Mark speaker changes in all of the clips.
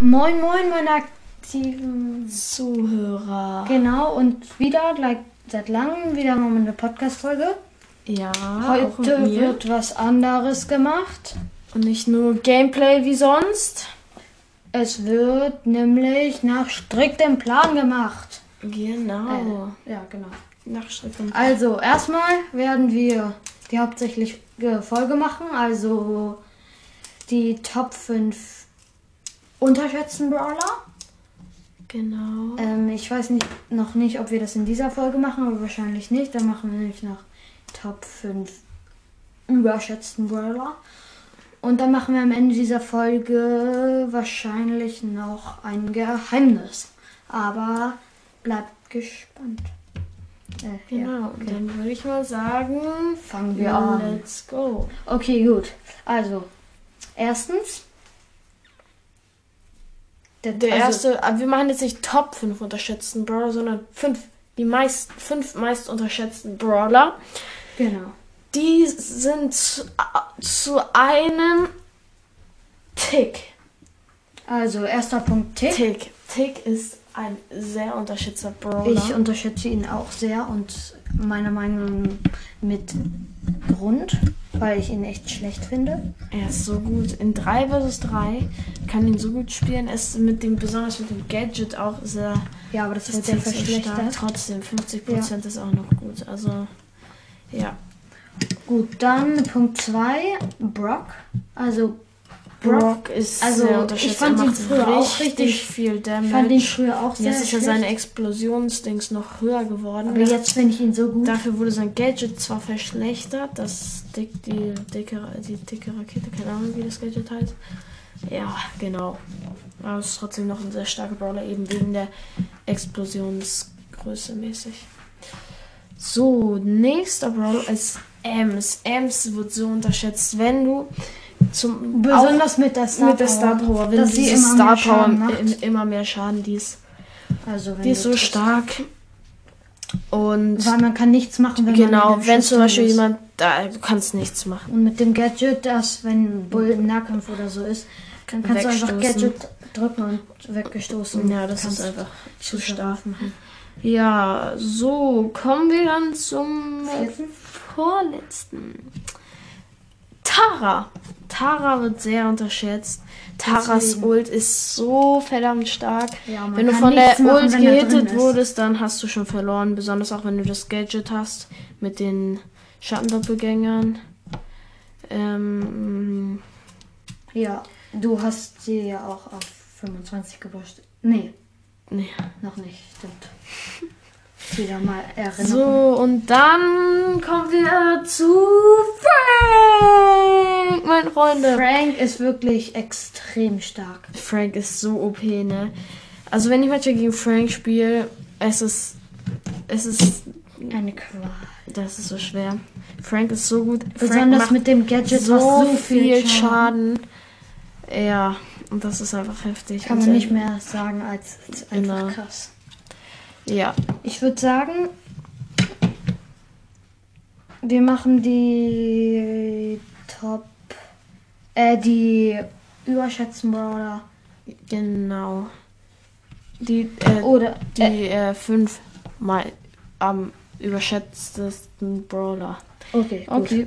Speaker 1: Moin, moin, meine aktiven.
Speaker 2: Zuhörer.
Speaker 1: Genau, und wieder, like, seit langem wieder mal eine Podcast-Folge.
Speaker 2: Ja, auch mit
Speaker 1: Heute
Speaker 2: mir.
Speaker 1: wird was anderes gemacht.
Speaker 2: Und nicht nur Gameplay wie sonst.
Speaker 1: Es wird nämlich nach striktem Plan gemacht.
Speaker 2: Genau.
Speaker 1: Äh, ja, genau.
Speaker 2: Nachschriften.
Speaker 1: Also, erstmal werden wir die hauptsächliche Folge machen, also die Top 5 unterschätzten Brawler.
Speaker 2: Genau.
Speaker 1: Ähm, ich weiß nicht, noch nicht, ob wir das in dieser Folge machen, aber wahrscheinlich nicht. Dann machen wir nämlich nach Top 5 überschätzten Brawler. Und dann machen wir am Ende dieser Folge wahrscheinlich noch ein Geheimnis. Aber bleibt gespannt. Äh, ja.
Speaker 2: Genau. Und dann würde ich mal sagen,
Speaker 1: Fangen wir an.
Speaker 2: let's go.
Speaker 1: Okay, gut. Also, erstens.
Speaker 2: Der
Speaker 1: also-
Speaker 2: erste, aber wir machen jetzt nicht Top 5 unterschätzten Brawler, sondern 5, die meisten, 5 meist unterschätzten Brawler.
Speaker 1: Genau.
Speaker 2: Die sind zu, äh, zu einem Tick.
Speaker 1: Also, erster Punkt Tick.
Speaker 2: Tick. Tick ist ein sehr unterschätzter Brawler.
Speaker 1: Ich unterschätze ihn auch sehr und meiner Meinung nach mit Grund, weil ich ihn echt schlecht finde.
Speaker 2: Er ist so gut in 3 vs 3, kann ihn so gut spielen, ist mit dem, besonders mit dem Gadget auch sehr,
Speaker 1: Ja, aber das wird
Speaker 2: sehr
Speaker 1: sehr verschlechtert.
Speaker 2: Trotzdem, 50% ist auch noch gut. Also, ja.
Speaker 1: Gut, dann Punkt 2, Brock. Also Brock,
Speaker 2: Brock ist
Speaker 1: also,
Speaker 2: sehr
Speaker 1: ich
Speaker 2: unterschätzt.
Speaker 1: fand
Speaker 2: er
Speaker 1: ihn
Speaker 2: macht
Speaker 1: früher auch richtig-
Speaker 2: viel Damage.
Speaker 1: ich fand ihn früher auch sehr
Speaker 2: Jetzt ist ja
Speaker 1: schlecht.
Speaker 2: seine Explosionsdings noch höher geworden.
Speaker 1: aber jetzt finde ich ihn so gut.
Speaker 2: Dafür wurde sein Gadget zwar verschlechtert, das dick, die, dicke, die dicke Rakete, keine Ahnung, wie das Gadget heißt. Ja, genau. Aber es ist trotzdem noch ein sehr starker Brawler, eben wegen der Explosionsgröße mäßig. So, nächster Brawler ist Ems. Ems wird so unterschätzt, wenn du zum auch-
Speaker 1: Besonders mit der Star
Speaker 2: mit der Star Power, wenn
Speaker 1: dass sie
Speaker 2: diese
Speaker 1: immer mehr
Speaker 2: Star Power
Speaker 1: Schaden macht.
Speaker 2: im- immer mehr Schaden, die ist,
Speaker 1: Also wenn
Speaker 2: die ist
Speaker 1: du
Speaker 2: so
Speaker 1: triffst.
Speaker 2: stark. Und
Speaker 1: Weil man kann nichts machen, wenn man
Speaker 2: Genau,
Speaker 1: mit dem
Speaker 2: wenn
Speaker 1: Schuss
Speaker 2: zum Beispiel
Speaker 1: ist.
Speaker 2: jemand da, du kannst nichts machen.
Speaker 1: Und mit dem Gadget, dass wenn ein Bull im Nahkampf oder so ist, dann kannst du einfach
Speaker 2: Wegstoßen.
Speaker 1: Gadget drücken und weggestoßen.
Speaker 2: Ja, das
Speaker 1: kannst
Speaker 2: ist einfach zu
Speaker 1: Schüsse
Speaker 2: stark.
Speaker 1: machen.
Speaker 2: Ja, so, kommen wir dann zum äh,
Speaker 1: Vierten?
Speaker 2: vorletzten. Tara. Tara wird sehr unterschätzt. Taras
Speaker 1: Deswegen.
Speaker 2: Ult ist so verdammt stark.
Speaker 1: Ja, man
Speaker 2: wenn du
Speaker 1: kann
Speaker 2: von der
Speaker 1: nichts machen, wenn
Speaker 2: Ult
Speaker 1: er drin
Speaker 2: gehittet
Speaker 1: ist.
Speaker 2: wurdest, dann hast du schon verloren. Besonders auch wenn du das Gadget hast mit den Schattendoppelgängern. Ähm,
Speaker 1: Ja, du hast sie ja auch auf 25 gepusht. Nee,
Speaker 2: nee.
Speaker 1: noch nicht, stimmt. Wieder mal
Speaker 2: Genau.
Speaker 1: erinnern.
Speaker 2: So, und dann kommen wir zu Frank, meine Freunde.
Speaker 1: Frank ist wirklich extrem stark.
Speaker 2: Frank ist so OP, ne? Also, wenn ich manchmal gegen Frank spiele, es ist. Es ist.
Speaker 1: Eine Qual.
Speaker 2: Das ist so schwer. Frank ist so gut. Frank
Speaker 1: Besonders
Speaker 2: macht
Speaker 1: mit dem Gadget,
Speaker 2: so,
Speaker 1: was so
Speaker 2: viel Schaden. Ja, und das ist einfach heftig.
Speaker 1: Kann
Speaker 2: Und
Speaker 1: man
Speaker 2: dann-
Speaker 1: nicht mehr sagen als, als einfach
Speaker 2: Genau.
Speaker 1: krass.
Speaker 2: Ja,
Speaker 1: Ich würde sagen, wir machen die Top, äh, die überschätzten Brawler
Speaker 2: genau. Die. Äh,
Speaker 1: oder
Speaker 2: Die
Speaker 1: äh,
Speaker 2: äh, fünf mal am überschätztesten Brawler.
Speaker 1: okay, okay.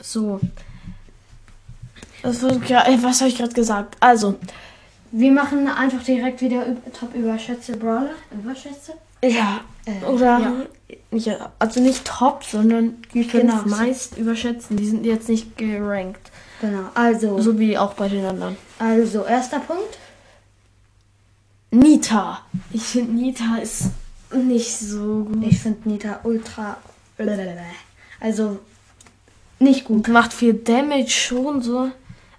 Speaker 2: So. Das wurde gra- äh, was habe ich gerade gesagt? Also,
Speaker 1: Wir machen einfach direkt wieder üb- Top überschätzte Brawler, überschätzte.
Speaker 2: ja.
Speaker 1: Äh,
Speaker 2: Oder.
Speaker 1: ja.
Speaker 2: Ja. also nicht top, sondern die fünf
Speaker 1: Genau.
Speaker 2: meist überschätzten. Die sind jetzt nicht gerankt.
Speaker 1: Genau. Also,
Speaker 2: So wie auch bei den anderen.
Speaker 1: also erster Punkt.
Speaker 2: Nita. Ich finde, Nita ist nicht so gut.
Speaker 1: Ich finde Nita ultra, also nicht gut.
Speaker 2: Macht viel Damage schon so,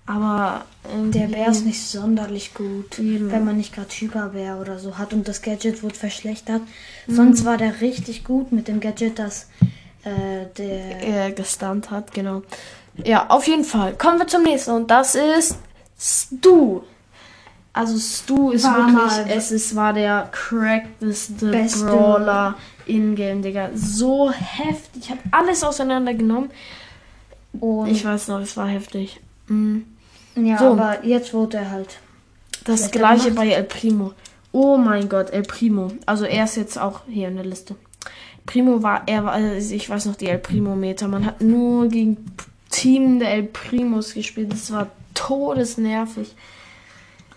Speaker 2: aber. ähm,
Speaker 1: Der
Speaker 2: irgendwie-
Speaker 1: Bär ist nicht sonderlich gut,
Speaker 2: Mhm.
Speaker 1: wenn man nicht gerade Hyperbär oder so hat und das Gadget wurde verschlechtert.
Speaker 2: Mhm.
Speaker 1: Sonst war der richtig gut mit dem Gadget, dass äh, der
Speaker 2: äh, gestunt hat, genau. Ja, auf jeden Fall. Kommen wir zum nächsten und das ist Stu. Also Stu ist
Speaker 1: War mal-
Speaker 2: wirklich, es ist, war der crackteste
Speaker 1: Beste.
Speaker 2: Brawler in-game, Digga. So heftig. Ich habe alles auseinandergenommen.
Speaker 1: und
Speaker 2: Ich weiß noch, es war heftig. Mhm.
Speaker 1: ja,
Speaker 2: so.
Speaker 1: aber jetzt wurde er halt
Speaker 2: Das
Speaker 1: Vielleicht
Speaker 2: gleiche
Speaker 1: gemacht.
Speaker 2: bei El Primo. Oh mein Gott, El Primo. Also er ist jetzt auch hier in der Liste. Primo war, er war, also ich weiß noch, die El Primo-Meter. Man hat nur gegen Team der El Primos gespielt. Das war todesnervig.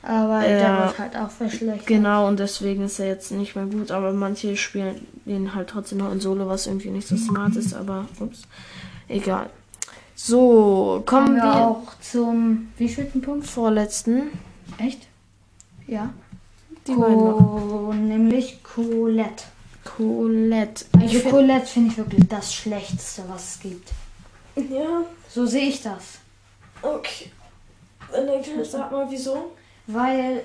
Speaker 1: Aber der
Speaker 2: Ja.
Speaker 1: wird halt auch verschlechtert.
Speaker 2: Genau, und deswegen ist er jetzt nicht mehr gut. Aber manche spielen den halt trotzdem noch in Solo, was irgendwie nicht so smart ist. Aber, ups, egal. So,
Speaker 1: Kommen
Speaker 2: kommen
Speaker 1: wir
Speaker 2: wir
Speaker 1: auch zum wievielten Punkt?
Speaker 2: vorletzten.
Speaker 1: Echt? Ja.
Speaker 2: Die beiden noch.
Speaker 1: Co nämlich Colette.
Speaker 2: Colette.
Speaker 1: Also
Speaker 2: find-
Speaker 1: Colette finde ich wirklich das Schlechteste, was es gibt.
Speaker 2: Ja,
Speaker 1: So sehe ich das.
Speaker 2: okay. Dann denke ich, sag mal, wieso?
Speaker 1: Weil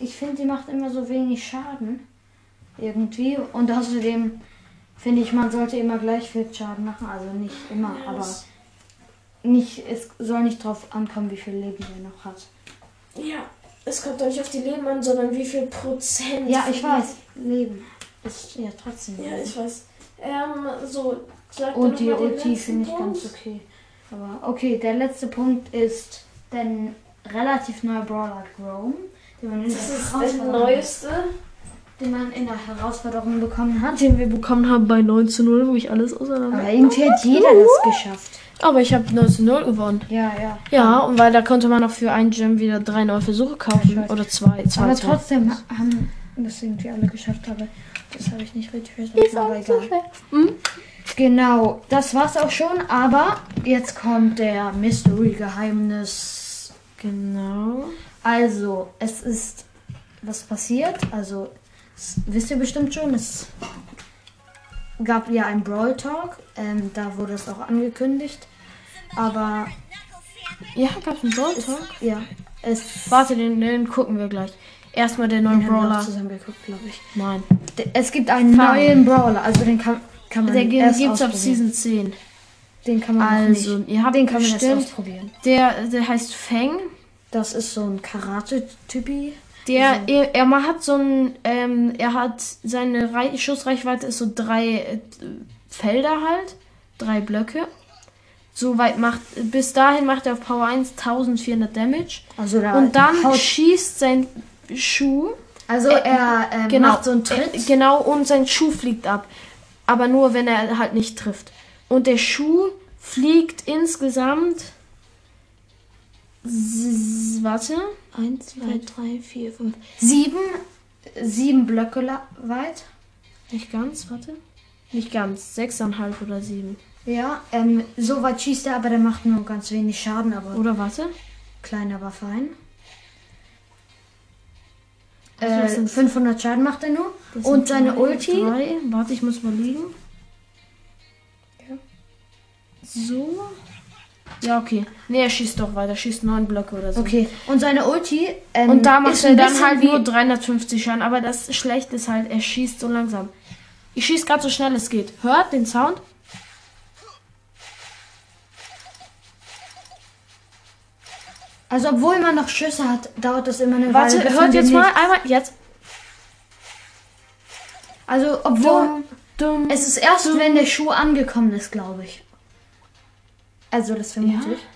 Speaker 1: ich finde, die macht immer so wenig Schaden. Irgendwie. Und außerdem finde ich, man sollte immer gleich viel Schaden machen. Also nicht immer,
Speaker 2: Ja,
Speaker 1: aber
Speaker 2: das-
Speaker 1: nicht, es soll nicht drauf ankommen, wie viel Leben der noch hat.
Speaker 2: Ja, es kommt doch nicht auf die Leben an, sondern wie viel Prozent.
Speaker 1: Ja, ich weiß. Leben ist ja trotzdem.
Speaker 2: Ja,
Speaker 1: Leben.
Speaker 2: ich weiß. Ähm, so, sag mir
Speaker 1: Und
Speaker 2: noch
Speaker 1: Oh, die
Speaker 2: mal den
Speaker 1: OT finde ich
Speaker 2: letzten
Speaker 1: ganz
Speaker 2: Punkt.
Speaker 1: okay. Aber okay, der letzte Punkt ist denn relativ neuer Brawler Grom, den man in
Speaker 2: Das ist
Speaker 1: der
Speaker 2: das
Speaker 1: Herausforderung,
Speaker 2: Neueste.
Speaker 1: den man in der Herausforderung bekommen hat.
Speaker 2: Den wir bekommen haben bei 9 zu 0, wo ich alles auseinander.
Speaker 1: Aber irgendwie hat jeder das geschafft.
Speaker 2: Aber ich habe 9 zu 0 gewonnen.
Speaker 1: Ja, ja.
Speaker 2: Ja, und weil da konnte man auch für ein Gem wieder drei neue Versuche kaufen.
Speaker 1: Ja, ich weiß.
Speaker 2: Oder zwei. zwei
Speaker 1: Aber
Speaker 2: zwei.
Speaker 1: trotzdem ha- haben das irgendwie alle geschafft, aber das habe ich nicht richtig verstanden. Aber egal.
Speaker 2: Hm?
Speaker 1: Genau, das war's auch schon, aber jetzt kommt der Mystery-Geheimnis
Speaker 2: Genau.
Speaker 1: Also, es ist was passiert. Also, s- wisst ihr bestimmt schon, es gab ja einen Brawl Talk. Ähm, da wurde es auch angekündigt. Aber
Speaker 2: Ja, gab's einen Brawl Talk?
Speaker 1: ja, es
Speaker 2: Warte, den, den gucken wir gleich. Erstmal den neuen
Speaker 1: den haben wir auch
Speaker 2: Brawler.
Speaker 1: zusammen geguckt, glaube ich.
Speaker 2: Nein.
Speaker 1: D- Es gibt einen
Speaker 2: Fang.
Speaker 1: neuen Brawler, also den kann, kann man
Speaker 2: Der
Speaker 1: erst
Speaker 2: gibt's ab
Speaker 1: ausprobieren.
Speaker 2: Season 10.
Speaker 1: Den kann man
Speaker 2: Also,
Speaker 1: noch nicht.
Speaker 2: ihr habt
Speaker 1: den kann man erst
Speaker 2: bestimmt-
Speaker 1: ausprobieren.
Speaker 2: Der, der heißt Feng.
Speaker 1: Das ist so ein Karate-Typi.
Speaker 2: Der, er, er ma- hat so ein, ähm, er hat seine Rei Schussreichweite ist so drei äh, Felder halt, drei Blöcke. So weit macht, bis dahin macht er auf Power 1 1400 Damage.
Speaker 1: Also da
Speaker 2: Und dann
Speaker 1: haut-
Speaker 2: schießt sein Schuh.
Speaker 1: also
Speaker 2: äh,
Speaker 1: er ähm,
Speaker 2: genau,
Speaker 1: macht so einen Tritt.
Speaker 2: äh, Genau, und sein Schuh fliegt ab. Aber nur, wenn er halt nicht trifft. Und der Schuh fliegt insgesamt. s- Warte.
Speaker 1: 1, 2,
Speaker 2: 3, 4, 5.
Speaker 1: Sieben, sieben Blöcke la- weit.
Speaker 2: Nicht ganz, warte. Nicht ganz. Sechseinhalb oder sieben.
Speaker 1: Ja, ähm, so weit schießt er, aber der macht nur ganz wenig Schaden, aber
Speaker 2: Oder warte.
Speaker 1: klein, aber fein.
Speaker 2: Also
Speaker 1: Äh,
Speaker 2: das sind-
Speaker 1: 500 Schaden macht er nur.
Speaker 2: Das
Speaker 1: Und
Speaker 2: sind
Speaker 1: seine
Speaker 2: drei,
Speaker 1: Ulti.
Speaker 2: Drei. Warte, ich muss mal liegen.
Speaker 1: Ja.
Speaker 2: So. Ja, okay. Nee, er schießt doch weiter. Er schießt neun Blöcke oder so.
Speaker 1: Okay, und seine Ulti. Ähm,
Speaker 2: Und da macht
Speaker 1: ist
Speaker 2: er
Speaker 1: ein
Speaker 2: dann
Speaker 1: bisschen
Speaker 2: halt
Speaker 1: wie-
Speaker 2: nur 350 Schaden. Aber das Schlechte ist halt, er schießt so langsam. Ich schieß gerade so schnell es geht. Hört den Sound?
Speaker 1: Also, obwohl man noch Schüsse hat, dauert das immer eine
Speaker 2: Warte,
Speaker 1: Weile. bis man
Speaker 2: hört
Speaker 1: den
Speaker 2: jetzt mal
Speaker 1: nächsten-
Speaker 2: einmal. Jetzt.
Speaker 1: Also, obwohl.
Speaker 2: Dumm, dumm.
Speaker 1: Es ist erst, wenn der Schuh angekommen ist, glaube ich. Also, das vermute
Speaker 2: Ja?
Speaker 1: ich.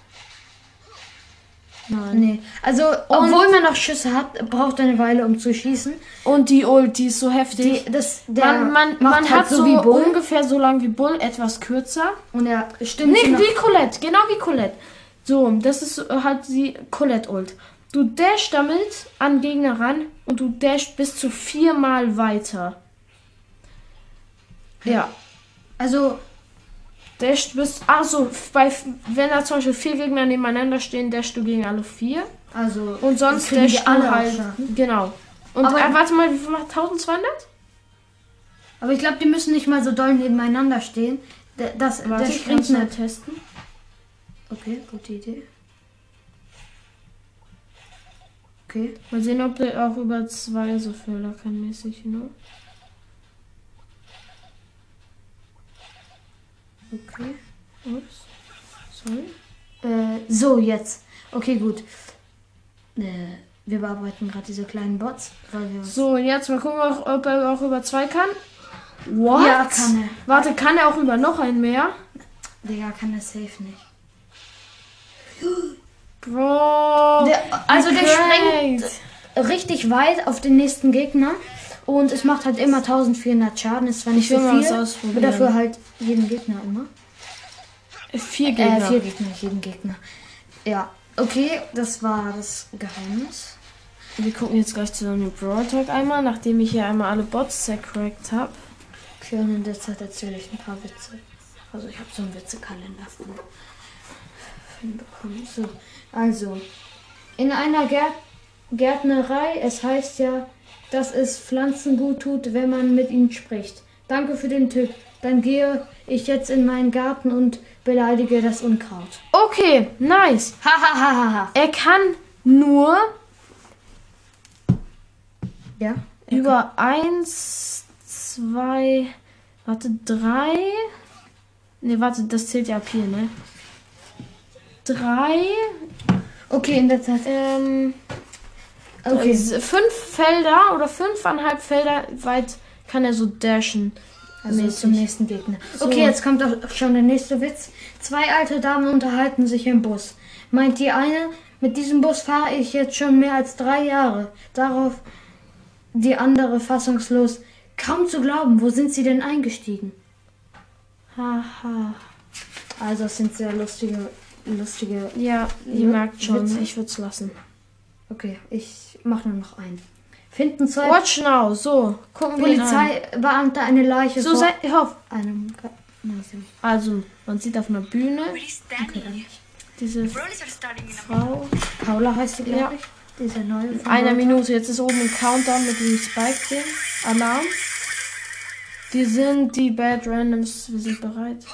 Speaker 2: Nein.
Speaker 1: Nee. Also, obwohl man noch Schüsse hat, braucht er eine Weile, um zu schießen.
Speaker 2: Und die Ulti ist so heftig.
Speaker 1: Die, das, der
Speaker 2: man man,
Speaker 1: macht
Speaker 2: man
Speaker 1: halt
Speaker 2: hat so,
Speaker 1: wie Bull
Speaker 2: ungefähr so lang wie Bull, etwas kürzer.
Speaker 1: und er stimmt
Speaker 2: Nee,
Speaker 1: sie noch.
Speaker 2: wie Colette, genau wie Colette. So, das ist äh, halt die Colette-Ult. Du dash damit an Gegner ran und du dash bis zu viermal weiter. Ja.
Speaker 1: Also
Speaker 2: Dash bis. Achso, bei, wenn da zum Beispiel vier Gegner nebeneinander stehen, dash du gegen alle vier.
Speaker 1: also
Speaker 2: Und sonst
Speaker 1: kriegen die
Speaker 2: dash du
Speaker 1: alle
Speaker 2: halt.
Speaker 1: auch Schaden.
Speaker 2: Genau. Und
Speaker 1: Aber-
Speaker 2: äh, warte mal, wie viel macht 1200?
Speaker 1: Aber ich glaube, die müssen nicht mal so doll nebeneinander stehen. D- Das
Speaker 2: Warte,
Speaker 1: der
Speaker 2: ich kann
Speaker 1: springt
Speaker 2: schnell
Speaker 1: nicht.
Speaker 2: testen.
Speaker 1: Okay, gute Idee. Okay.
Speaker 2: Mal sehen, ob der auch über zwei so Felder kann, mäßig, ne?
Speaker 1: Okay.
Speaker 2: Ups. Sorry.
Speaker 1: Äh, so jetzt. Okay, gut. Äh, wir bearbeiten gerade diese kleinen Bots, weil wir
Speaker 2: So, und jetzt mal gucken, ob ob er auch über zwei kann. What?
Speaker 1: Ja, kann er.
Speaker 2: Warte, kann er auch über noch einen mehr?
Speaker 1: Digga kann das safe nicht.
Speaker 2: Bro.
Speaker 1: Der, also der
Speaker 2: Oh, Great.
Speaker 1: springt richtig weit auf den nächsten Gegner. Und es macht halt immer 1400 Schaden. Ist zwar nicht
Speaker 2: Ich
Speaker 1: so
Speaker 2: will mal
Speaker 1: viel,
Speaker 2: was
Speaker 1: aber
Speaker 2: ausprobieren.
Speaker 1: dafür halt jeden Gegner immer.
Speaker 2: Vier
Speaker 1: Äh,
Speaker 2: Gegner.
Speaker 1: vier Gegner, jeden Gegner. Ja, okay, das war das Geheimnis.
Speaker 2: Wir gucken jetzt gleich zusammen den Brawl Talk einmal, nachdem ich hier einmal alle Bots zercrackt habe.
Speaker 1: Okay, und in der Zeit erzähle ich ein paar Witze. Also ich habe so einen Witzekalender von Finn bekommen. So, also, in einer Gär- Gärtnerei, es heißt ja, dass es Pflanzen gut tut, wenn man mit ihnen spricht. Danke für den Tipp. Dann gehe ich jetzt in meinen Garten und beleidige das Unkraut.
Speaker 2: Okay, nice.
Speaker 1: Hahaha.
Speaker 2: Er kann nur
Speaker 1: ja?
Speaker 2: über eins, zwei, warte, drei. Ne, warte, das zählt ja ab hier, ne? Drei,
Speaker 1: Okay, in der Zeit.
Speaker 2: ähm, also,
Speaker 1: Okay.
Speaker 2: s- fünf Felder oder fünfeinhalb Felder weit kann er so dashen.
Speaker 1: Also
Speaker 2: Mäßig.
Speaker 1: zum nächsten Gegner.
Speaker 2: So.
Speaker 1: Okay, jetzt kommt auch schon der nächste Witz. Zwei alte Damen unterhalten sich im Bus. Meint die eine, mit diesem Bus fahre ich jetzt schon mehr als drei Jahre. Darauf die andere fassungslos. Kaum zu glauben, wo sind sie denn eingestiegen?
Speaker 2: Haha.
Speaker 1: Also es sind sehr lustige, lustige.
Speaker 2: Ja,
Speaker 1: Ja,
Speaker 2: ihr merkt schon,
Speaker 1: witzig.
Speaker 2: ich würde es lassen.
Speaker 1: Okay, ich mache nur noch einen. Finden zwei
Speaker 2: Watch now, so, gucken wir ihn an.
Speaker 1: Polizeibeamte eine Leiche
Speaker 2: So,
Speaker 1: vor
Speaker 2: sei, hoff.
Speaker 1: einem. Ga- Na, sehr gut.
Speaker 2: Also, man sieht auf einer Bühne
Speaker 3: Where is Danny?
Speaker 2: diese
Speaker 3: Brolis are starting in a minute.
Speaker 2: Frau.
Speaker 1: Paula heißt sie, glaube
Speaker 2: Ja.
Speaker 1: ich. Diese neue. von
Speaker 2: Einer
Speaker 1: Leute.
Speaker 2: Minute, jetzt ist oben ein Countdown mit dem Spike-Ding. Alarm. Wir sind die Bad Randoms, wir sind bereit.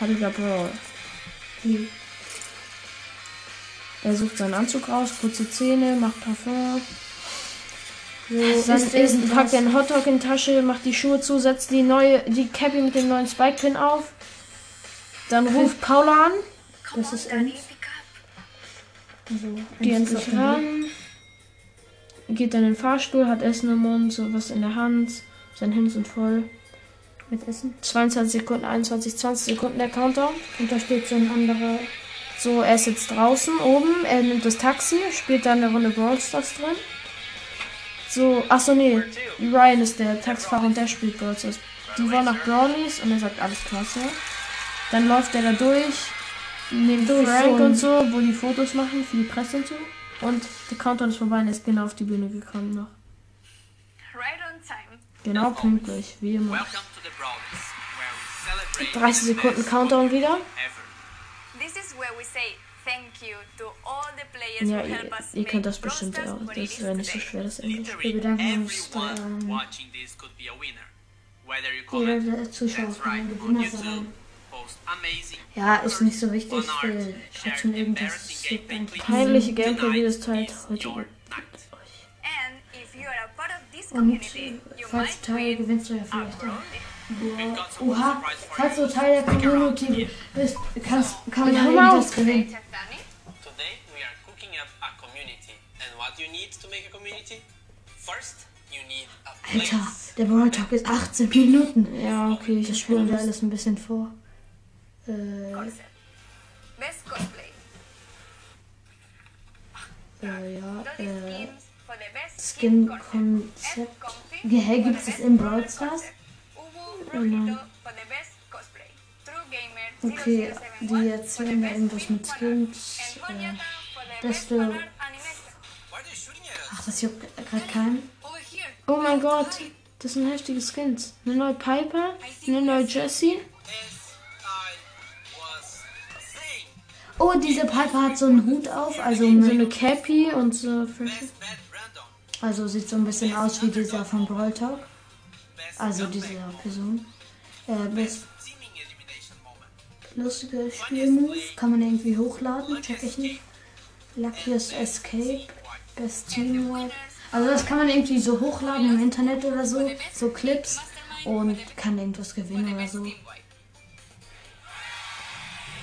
Speaker 2: Halliger Brawl.
Speaker 1: Die-
Speaker 2: Er sucht seinen Anzug raus, putzt die Zähne, macht Parfum. So, dann
Speaker 1: isst
Speaker 2: isst,
Speaker 1: irgendwas.
Speaker 2: packt den Hotdog in die Tasche, macht die Schuhe zu, setzt die neue, die Cappy mit dem neuen Spike-Pin auf. Dann ruft Paula an,
Speaker 3: Come
Speaker 1: This
Speaker 3: on,
Speaker 1: is
Speaker 3: Danny,
Speaker 1: Ernst.
Speaker 3: pick up.
Speaker 1: Also,
Speaker 2: geht
Speaker 1: eins
Speaker 2: sich
Speaker 1: davon.
Speaker 2: ran, geht dann in den Fahrstuhl, hat Essen im Mund, sowas in der Hand, seine Hände sind voll.
Speaker 1: Mit Essen.
Speaker 2: 22 Sekunden, 21, 20 Sekunden der Countdown.
Speaker 1: Und da steht so ein anderer.
Speaker 2: So, er ist jetzt draußen oben, er nimmt das Taxi, spielt dann eine Runde Brawl Stars drin. So, achso, nee, Ryan ist der Taxifahrer und der spielt Brawl Stars. Die wollen nach Brawlies und er sagt, alles klasse. Dann läuft er da durch, nimmt
Speaker 1: Durch
Speaker 2: Frank
Speaker 1: so ein-
Speaker 2: und so, wo die Fotos machen für die Presse und so. Und der Countdown ist vorbei und er ist genau auf die Bühne gekommen noch.
Speaker 3: Right on time.
Speaker 2: Genau pünktlich, wie immer.
Speaker 4: Welcome to the Brawlers, where we celebrate
Speaker 2: 30 Sekunden
Speaker 4: best
Speaker 2: Countdown wieder.
Speaker 4: ever.
Speaker 3: This is where we say thank you to all the players
Speaker 2: Ja,
Speaker 3: who
Speaker 2: ihr,
Speaker 3: help us
Speaker 2: ihr könnt
Speaker 3: make
Speaker 2: das bestimmt
Speaker 3: Brawl
Speaker 2: auch.
Speaker 3: Stars what it
Speaker 2: Das
Speaker 3: is
Speaker 2: wäre nicht so
Speaker 3: today.
Speaker 2: schwer, das Englisch.
Speaker 4: Literally
Speaker 1: bedanken uns
Speaker 4: everyone
Speaker 1: da-
Speaker 4: watching this could be a winner. Whether you call
Speaker 1: Jeder
Speaker 4: it
Speaker 1: der Zuschauer
Speaker 4: that's right
Speaker 1: kann ein
Speaker 4: on
Speaker 1: Gewinner
Speaker 2: äh,
Speaker 4: YouTube,
Speaker 1: sein.
Speaker 4: post amazing
Speaker 1: Ja, ist nicht so
Speaker 4: on
Speaker 1: wichtig.
Speaker 4: art,
Speaker 1: Äh,
Speaker 4: share
Speaker 1: trotzdem irgendwas. Es
Speaker 4: embarrassing
Speaker 1: gibt
Speaker 4: gameplay
Speaker 1: einfach
Speaker 4: clips.
Speaker 2: Peinliche
Speaker 1: Sinn.
Speaker 2: Gameplay-Videos
Speaker 4: Tonight
Speaker 2: teilt
Speaker 4: is
Speaker 2: heute
Speaker 4: your
Speaker 2: mit
Speaker 4: night.
Speaker 2: euch.
Speaker 3: And if you are a part of this
Speaker 1: Und
Speaker 3: community,
Speaker 1: äh,
Speaker 3: you
Speaker 1: falls
Speaker 3: might
Speaker 1: du Teil
Speaker 3: win
Speaker 1: gewinnst du ja
Speaker 3: a
Speaker 1: vielleicht
Speaker 2: Ah,
Speaker 3: Brawl.
Speaker 1: auch.
Speaker 2: oh,
Speaker 4: We've got some
Speaker 1: Oha,
Speaker 4: surprise for
Speaker 1: falls
Speaker 4: you.
Speaker 1: du Teil der
Speaker 4: Stick around.
Speaker 1: Community bist, kannst, kann
Speaker 2: Ja, genau.
Speaker 1: man
Speaker 2: hör
Speaker 1: eben
Speaker 2: mal
Speaker 1: das
Speaker 2: auf.
Speaker 3: Great
Speaker 1: gewinnen.
Speaker 3: job, Danny.
Speaker 4: Today we are cooking up a community. And what you need to make a community? First, you need a place.
Speaker 1: Alter, der Brawl Talk ist 18 Minuten.
Speaker 2: Ja, okay,
Speaker 1: Das
Speaker 2: ich
Speaker 1: spielen wir
Speaker 2: spiele
Speaker 1: alles ein bisschen vor. Äh,
Speaker 3: Concept. Best cosplay.
Speaker 1: äh, ja,
Speaker 3: Those
Speaker 1: äh,
Speaker 3: skins for the best skin concept.
Speaker 1: Skin-Konzept. Gehä gibt es in Brawl Stars. Okay, die erzählen mir irgendwas mit Skins. Äh, beste-
Speaker 4: Why are you shooting at us?
Speaker 1: ach, das juckt gerade keinen.
Speaker 2: Oh mein Gott, das sind heftige Skins. Eine neue Piper, eine neue Jessie.
Speaker 4: As I was saying,
Speaker 1: Oh, diese Piper hat so einen Hut auf, also,
Speaker 2: So eine
Speaker 1: mit,
Speaker 2: Cappy und so. Frische.
Speaker 4: best bet random,
Speaker 1: also sieht so ein bisschen aus wie dieser von Brawl Talk.
Speaker 4: best
Speaker 1: Also
Speaker 4: comeback,
Speaker 1: diese Person. Äh, best
Speaker 4: teaming elimination moment.
Speaker 1: lustige Spielmove. Kann man irgendwie hochladen, check ich nicht. Luckiest Escape. Best Teamwork. Also das kann man irgendwie so hochladen im Internet oder so. So Clips. Und kann irgendwas gewinnen oder so.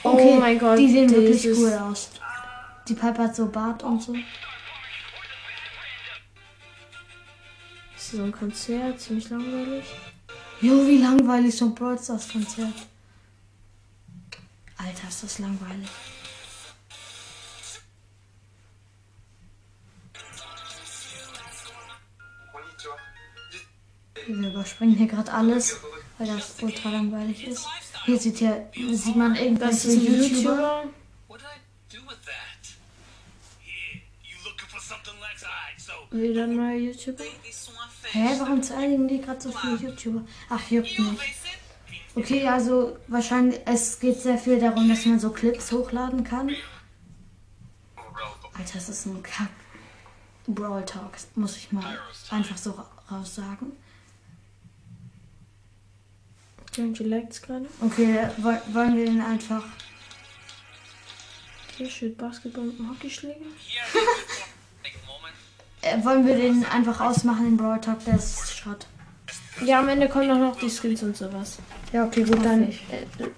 Speaker 1: Okay,
Speaker 2: oh mein Gott,
Speaker 1: die sehen wirklich
Speaker 2: dieses-
Speaker 1: cool aus. Die Piper hat so Bart und so.
Speaker 2: Das ist so ein Konzert, ziemlich langweilig.
Speaker 1: Jo, wie langweilig so ein Brawl Stars Konzert. Alter, ist das langweilig. Wir überspringen hier gerade alles, weil das ultra langweilig ist. Hier sieht, hier, sieht man
Speaker 2: Das
Speaker 1: irgendwelche
Speaker 2: ist ein
Speaker 1: YouTuber.
Speaker 2: YouTuber.
Speaker 4: What did I do with that? Yeah, you looking for something like I so
Speaker 2: Wieder ein neuer YouTuber.
Speaker 4: they they swamp fish.
Speaker 1: Hä, warum zeigen die gerade so viele YouTuber? Ach, juckt
Speaker 4: You
Speaker 1: nicht.
Speaker 4: face it.
Speaker 1: Okay, also wahrscheinlich, es geht sehr viel darum, dass man so Clips hochladen kann. Alter, das ist ein Kack. Brawl Talks, muss ich mal einfach so ra- raussagen.
Speaker 2: Irgendwie lagt's gerade.
Speaker 1: Okay, woll- wollen wir den einfach.
Speaker 2: Okay, schön Basketball mit dem Hockeyschläger.
Speaker 4: Yeah, they do for like a moment.
Speaker 1: Äh, wollen wir den einfach ausmachen, den Brawl Talk, der ist Schrott.
Speaker 2: Ja, am Ende kommen doch noch die Skins und sowas.
Speaker 1: Ja, okay, gut, äh,
Speaker 2: dann,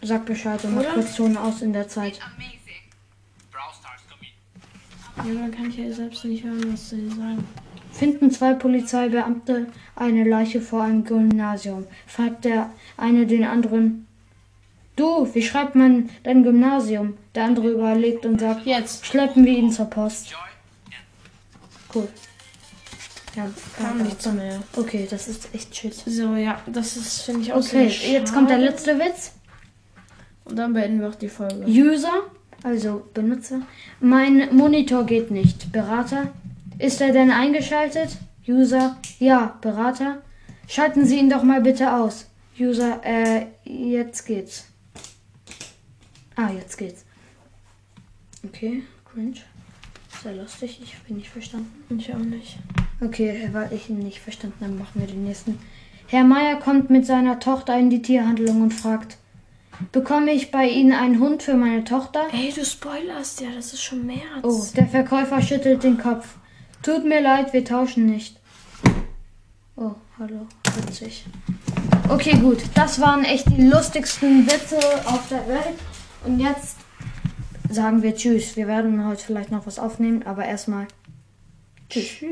Speaker 1: sag Bescheid und
Speaker 2: mach Oder? kurz
Speaker 1: Zone aus in der Zeit.
Speaker 3: Amazing.
Speaker 4: Brawl Stars coming.
Speaker 2: Ja, dann kann ich ja selbst nicht hören, was sie sagen.
Speaker 1: Finden zwei Polizeibeamte eine Leiche vor einem Gymnasium. Fragt der eine den anderen, du, wie schreibt man dein Gymnasium? Der andere überlegt und sagt,
Speaker 2: Jetzt.
Speaker 1: schleppen wir ihn zur Post.
Speaker 4: Joy and
Speaker 1: Cool. Ja, äh,
Speaker 2: Kam nichts mehr.
Speaker 1: Okay, das ist echt shit.
Speaker 2: So, ja, das ist, finde ich, auch
Speaker 1: Okay,
Speaker 2: sehr
Speaker 1: jetzt kommt der
Speaker 2: schade.
Speaker 1: letzte Witz.
Speaker 2: Und dann beenden wir auch die Folge.
Speaker 1: User, also Benutzer, mein Monitor geht nicht. Berater, ist er denn eingeschaltet? User, ja, Berater, schalten Sie ihn doch mal bitte aus. User, äh, jetzt geht's. Ah, jetzt geht's. Okay, cringe. Sehr lustig, ich habe ihn nicht verstanden.
Speaker 2: Ich auch nicht.
Speaker 1: Okay, weil ich ihn nicht verstanden habe, machen wir den nächsten. Herr Meier kommt mit seiner Tochter in die Tierhandlung und fragt: Bekomme ich bei Ihnen einen Hund für meine Tochter?
Speaker 2: Ey, du spoilerst ja, das ist schon März.
Speaker 1: Oh, der Verkäufer schüttelt den Kopf. Tut mir leid, wir tauschen nicht. Oh, hallo, witzig. Okay, gut, das waren echt die lustigsten Witze auf der Welt. Und jetzt sagen wir Tschüss. Wir werden heute vielleicht noch was aufnehmen, aber erstmal
Speaker 2: Tschüss.